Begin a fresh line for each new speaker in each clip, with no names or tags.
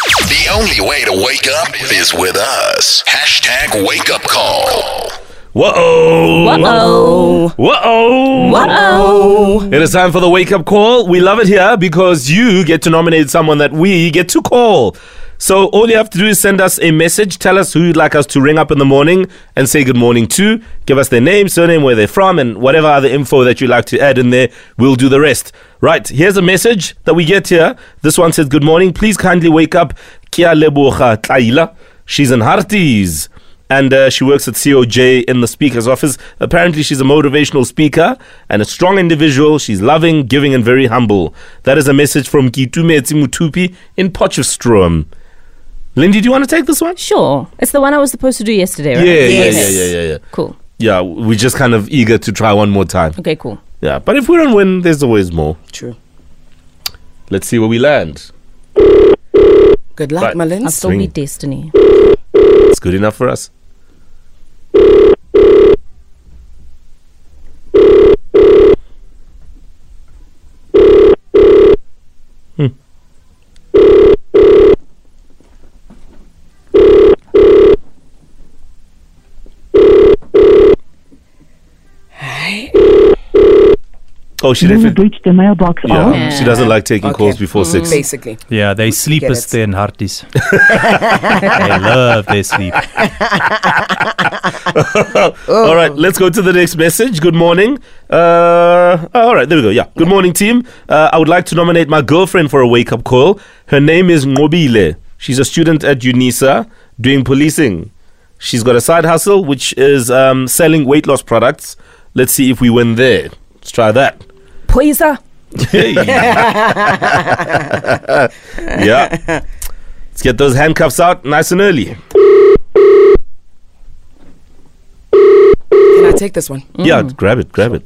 The only way to wake up is with us. Hashtag wake up call.
Whoa!
Whoa.
Whoa!
Whoa.
It is time for the wake up call. We love it here because you get to nominate someone that we get to call. So all you have to do is send us a message, tell us who you'd like us to ring up in the morning and say good morning to. Give us their name, surname, where they're from, and whatever other info that you'd like to add in there, we'll do the rest. Right, here's a message that we get here. This one says, Good morning. Please kindly wake up Kia Leboha Tlaila. She's in Harties and uh, she works at COJ in the speaker's office. Apparently, she's a motivational speaker and a strong individual. She's loving, giving, and very humble. That is a message from Kitume Etsimutupi in Potchefstroom. Lindy, do you want to take this one?
Sure. It's the one I was supposed to do yesterday,
Yeah,
right?
yeah,
Okay.
yeah, yeah, yeah, yeah.
Cool.
Yeah, we're just kind of eager to try one more time.
Okay, cool.
Yeah, but if we don't win, there's always more.
True.
Let's see where we land.
Good luck,
Right.
my
I'll
lens.
still
Swing.
meet destiny.
It's good enough for us. Oh, she
You have
definitely.
reached the mailbox of
Yeah, she doesn't like taking
Okay. Mm.
calls before six.
Basically.
Yeah, they sleep
Get
as
it.
they in hearties. they love their sleep.
All right, let's go to the next message. Good morning. Uh, all right, there we go. Yeah. Good morning, team. Uh, I would like to nominate my girlfriend for a wake up call. Her name is Ngobile. She's a student at UNISA doing policing. She's got a side hustle, which is um, selling weight loss products. Let's see if we win there. Let's try that.
Poisa.
Hey. yeah. Let's get those handcuffs out nice and early.
Can I take this one?
Yeah, grab it, grab it.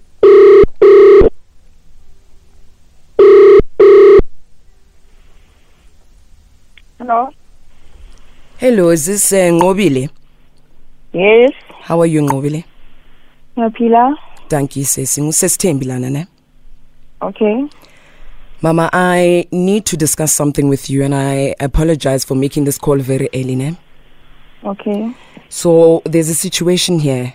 Hello.
Hello, is this uh, Ngobile?
Yes.
How are you, Ngobile?
Ngiyapila.
Thank you, Sesi. Ngusesithembi lana ne?
Okay.
Mama, I need to discuss something with you and I apologize for making this call very early, ne?
Okay.
So, there's a situation here.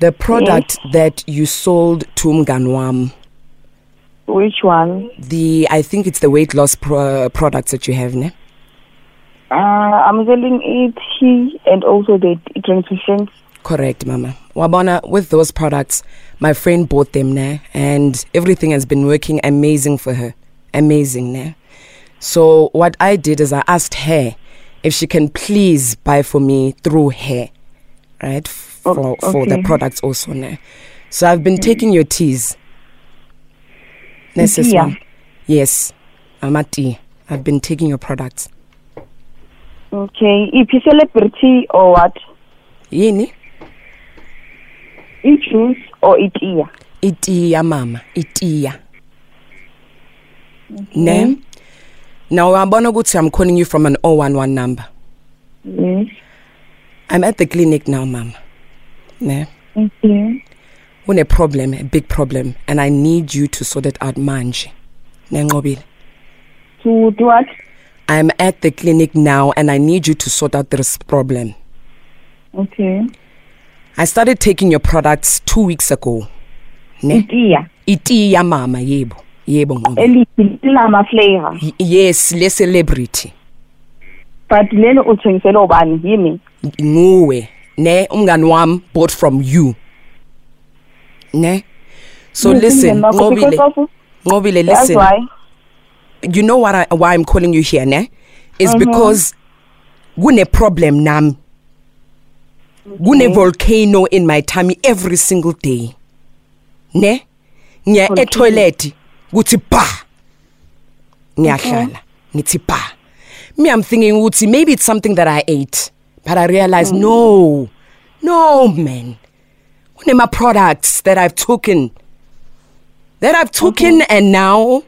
The product that you sold to Mganwam,
Which one?
the I think it's the weight loss pro- products that you have, ne?
Uh, I'm selling it he and also the transmission.
Correct, Mama. Wabona, with those products, my friend bought them now, and everything has been working amazing for her. Amazing now. So, what I did is I asked her if she can please buy for me through her, right? For,
O-
for the
okay.
products also now. So, I've been taking your teas. Nessus
Tea, yeah?
one. Yes, I'm a tea. I've been taking your products.
Okay. If you celebrity or what?
Yini?
It juice or it ear?
itiya mama itiya ne now uyabona ukuthi i'm calling you from an 011 number
Yes.
i'm at the clinic now mama ne
Okay.
une problem a big problem and i need you to sort it out manje nenqobile
To do what?
i'm at the clinic now and i need you to sort out this problem
Okay.
i started taking your products 2 weeks ago ne
It ear.
itiya mama yebo yebo Nqobile.
Elithi lama flavor.
Y- yes le celebrity
But lelo uthengisela ubani yini?
nguwe ne umngani wami bought from you ne so listen
Because
Nqobile
of-
Nqobile
That's
listen
why.
you know what I, why I'm calling you here ne is because kune problem nami kune volcano in my tummy every single day ne ngiya e toilet kuthi ba ngiyahlala ngithi ba me I'm thinking ukuthi maybe it's something that I ate but I realize no no man kunema products that I've taken that I've taken and now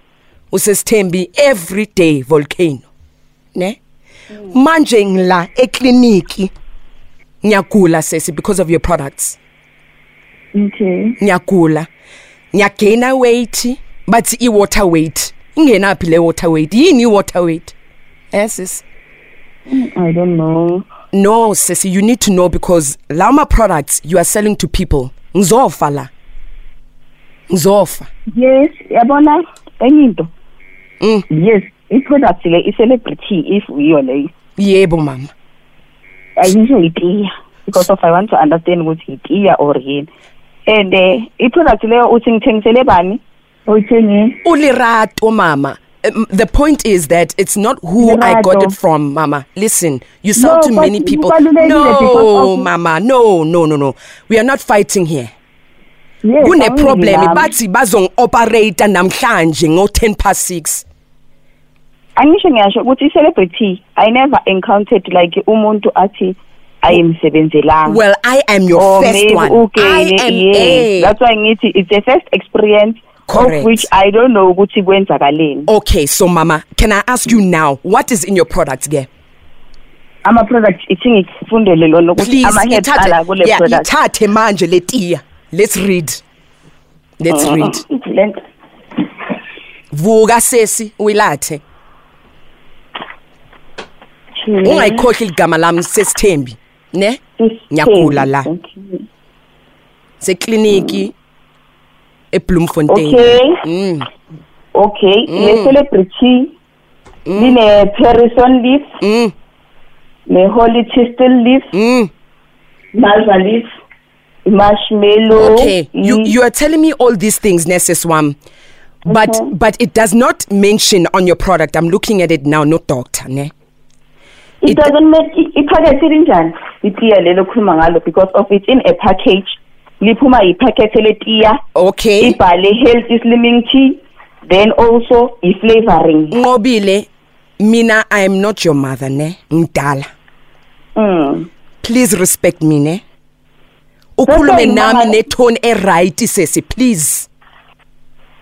usesithembi everyday volcano ne manje ngila ekliniki ngiyagula sesi because of your products
Okay.
ngiyagula ngiyagaina weight bathi i-water weight ingenaphi le water weight yini i-water weight Eh, sis?
I don't know.
No, Sissy, you need to know because Lauma products you are selling to people. Nzofa la. Nzofa.
Yes, yabona enye into.
Mm.
Yes, i-product le i-celebrity if yiyo leyo.
Yebo mama.
ayisho yitiya because of i want to understand ukuthi yitiya or yini and uh, i-product leyo uthi ngithengisele bani uyithenge
Ulirato mama. Um, the point is that it's not who I got it
Lerato.
from, Mama. Listen, you sell
No,
to
but
many
you
people.
value-le because
No,
of-
Mama. No, no, no, no. We are not fighting here.
yes,
kuneproblem
angilami.
bathi bazongi-operata namhlanje ngo-10 past 6
angisho ngiyasho ukuthi i-celebrity i never encountered like umuntu athi ayimsebenzelanga
well i am your
or
first
Oh, maybe
one
ugeyine
I am
yes
a-
that's why ngithi it's a first experience
Correct.
of which i don't know ukuthi kwenzakaleni
okay so mama can i ask you now what is in your product ke
ama-product ithi ngikufundele lona ukuthi
please
ama-head ala kule
yeah,
product
ithathe manje le tiya let's read let's
Uh,
read
Ithi le nto.
vuka sesi uyilathe Oh, ungayikhohlwa ligama lami sesithembi ne Ngiyagula la.
Okay.
sekliniki e ebloemfontein
Okay.
Mm.
Okay. Le celebrity line Parison leaf,
mm,
ne holy thistle leaf,
mm.
malva leaf, marshmallow. Mm.
okay you
leaf.
you are telling me all these things neseswam but
Okay.
but it does not mention on your product i'm looking at it now no doctor ne
it,
it-
doesn't make i- iphakethe linjani itiya lelo khuluma ngalo because of it's in a package. Liphuma iphakethe letiya
okay
ibhale healthy slimming tea then also i-flavoring.
nqobile mina i am not your mother ne ngidala
Mm.
please respect me ne
why
ukhulume nami
mama-
netone eright sesi please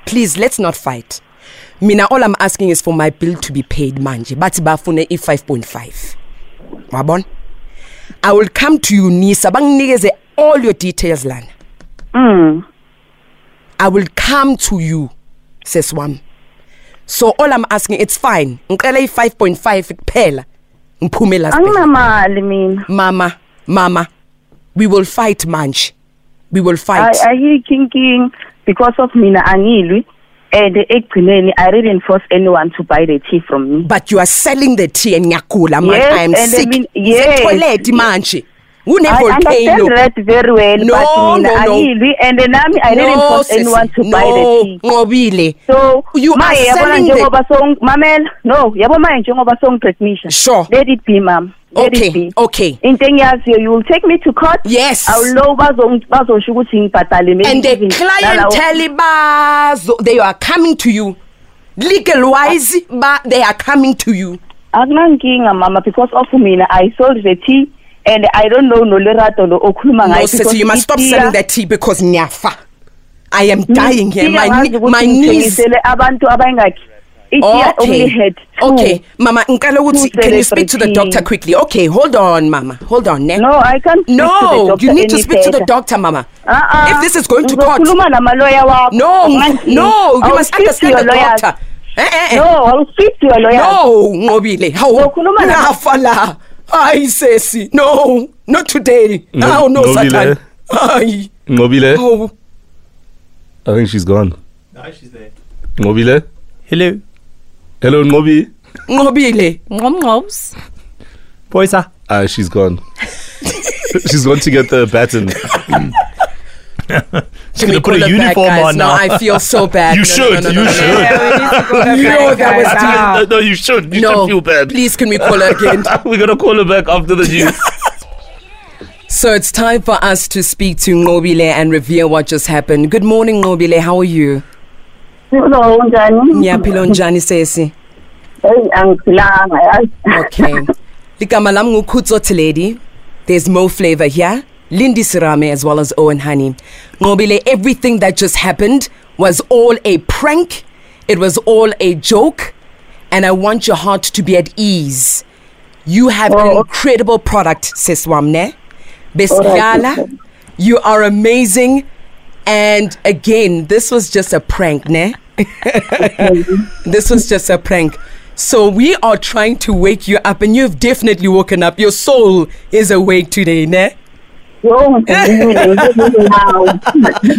please let's not fight mina all i'm asking is for my bill to be paid manje bathi bafune i-5.5 wabona i will come to you nisa banginikeze all your details lana
Mm.
I will come to you, says one. So all I'm asking, it's fine. Ngicela i5.5 kuphela. Ngiphume last. bheke.
Anginamali mina.
Mama, mama. We will fight manje. We will fight.
I ayikho inking because of mina angilwi and ekugcineni I didn't force anyone to buy the tea from me.
But you are selling the tea and ngiyagula man.
Yes,
I am
and I
sick.
mean- yes.
Toilet manje. Une
I understand
volcano.
that very well
No, no,
but mina
no.
angilwi and then nami I didn't
no,
force anyone to
sisi,
buy the
no,
tea.
Nqobile.
So
You are
manje yabona
selling the-
njengoba song mamela no yabo manje njengoba song technician
Sure.
let it be ma'am let
Okay,
it be
okay.
into engiyaziyo you will take me to court
Yes.
awulow bazong- bazosho ukuthi ngibhadale maybe
and the
even nalawo-
clientele bazo they are coming to you legal wise ba they are coming to you
akunankinga mama because of mina i sold the tea and i don't know nolerato lo okhuluma
no
ngayo
sis you must stop selling that tea because nyafa i am dying here my kne- my knees
ngisele abantu abayingakhi itiya only
okay
had two.
okay mama ngicela ukuthi
two
can you speak to the
celebrity.
doctor quickly okay hold on mama hold on ne
no i can't speak to the
no
doctor
you need to
any
speak to the
further.
doctor mama
Uh-uh.
if this is going to court
Uzokhuluma namaloya wakho.
no
Akunankinga.
no you
I'll
must
speak to
understand
your
the
lawyers.
doctor eh eh eh.
no i'll speak to your lawyer
no nqobile hawu
Uzokhuluma la-
lafa la hayi sesi no not today
Ngo-
hawu no
Nqobile.
satan hayi
Ngobile,
hawu
I think she's gone.
No, she's there.
Ngobile,
Hello,
hello Ngobi.
nqobile
Nom nobs.
Poisa.
Ah, she's gone. she's gone to get the baton.
Should
gonna
we
put
call
a
her back,
uniform
guys?
on
No,
now.
I feel so bad.
You
No, no, no,
should,
no,
you
no, no.
should.
No, that was
no,
too-
no, you should. You
No,
should feel bad.
please, can we call her again?
We're gonna call her back after the news.
So it's time for us to speak to Ngobile and reveal what just happened. Good morning, Ngobile. How are you?
Uzoba unjani?
Ngiyaphila njani sesi?
Hey, angiphilanga yazi
Okay. Ligama lam ngukhutso Tiledi. There's more flavor here. Lindy Sirame as well as Owen Honey. Ngobile, everything that just happened was all a prank. It was all a joke. And I want your heart to be at ease. You have an
Oh.
incredible product, Siswamne.
sister.
Besiyala, you are amazing. And again, this was just a prank, ne? this was just a prank. So we are trying to wake you up, and you've definitely woken up. Your soul is awake today, ne?
Yo, ngidumile, ngidumile now.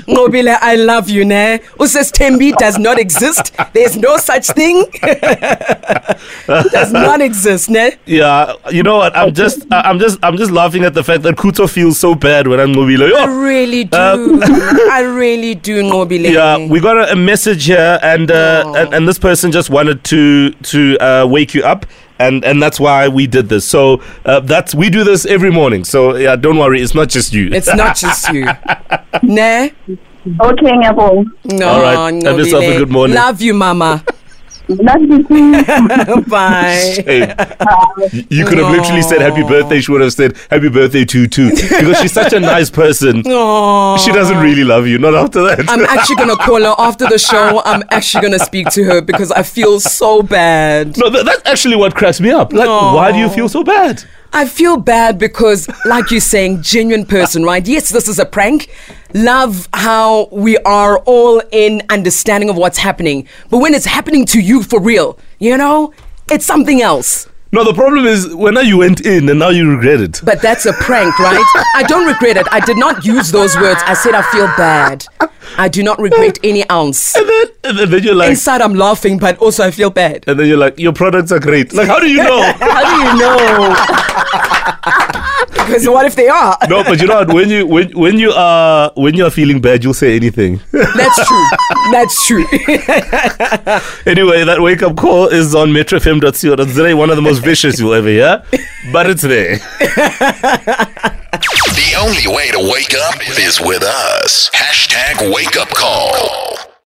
Ngobile, I love you, ne? Usestembi does not exist. There's no such thing. does not exist, ne?
Yeah, you know what? I'm just, I- I'm just, I'm just laughing at the fact that Kuto feels so bad when I'm Oh, Ngobile.
I
Yo,
really do. I really do, Ngobile.
yeah, we got a, a message here, and, uh, and and this person just wanted to to uh, wake you up, and and that's why we did this. So uh, that's we do this every morning. So yeah, don't worry, it's not just you.
It's not just you, ne?
Okay, ngiyabonga.
No,
All right. Have yourself a
Ngobile.
good morning.
Love you, Mama.
Love you too.
Bye.
Hey, you could have literally said happy birthday. She would have said happy birthday to you too, because she's such a nice person.
Aww.
She doesn't really love you. Not after that.
I'm actually gonna call her after the show. I'm actually gonna speak to her because I feel so bad.
no, tha- that's actually what cracks me up. Like, why do you
No.
feel so bad?
I feel bad because, like you're saying, genuine person, right? Yes, this is a prank. Love how we are all in understanding of what's happening. But when it's happening to you for real, you know, it's something else.
No, the problem is when now you went in and now you regret it.
But that's a prank, right? I don't regret it. I did not use those words. I said I feel bad. I do not regret any ounce.
And then, and then- then you're like,
Inside, I'm laughing, but also I feel bad.
and then you're like, your products are great. Like, how do you know?
How do you know? because what if they are?
no, but you know what? When you when when you are when you are feeling bad, you'll say anything.
That's true. That's true.
anyway, that wake up call is on metrofm.co.za. One of the most vicious you'll ever hear, but it's there.
The only way to wake up is with us. Hashtag wake up call.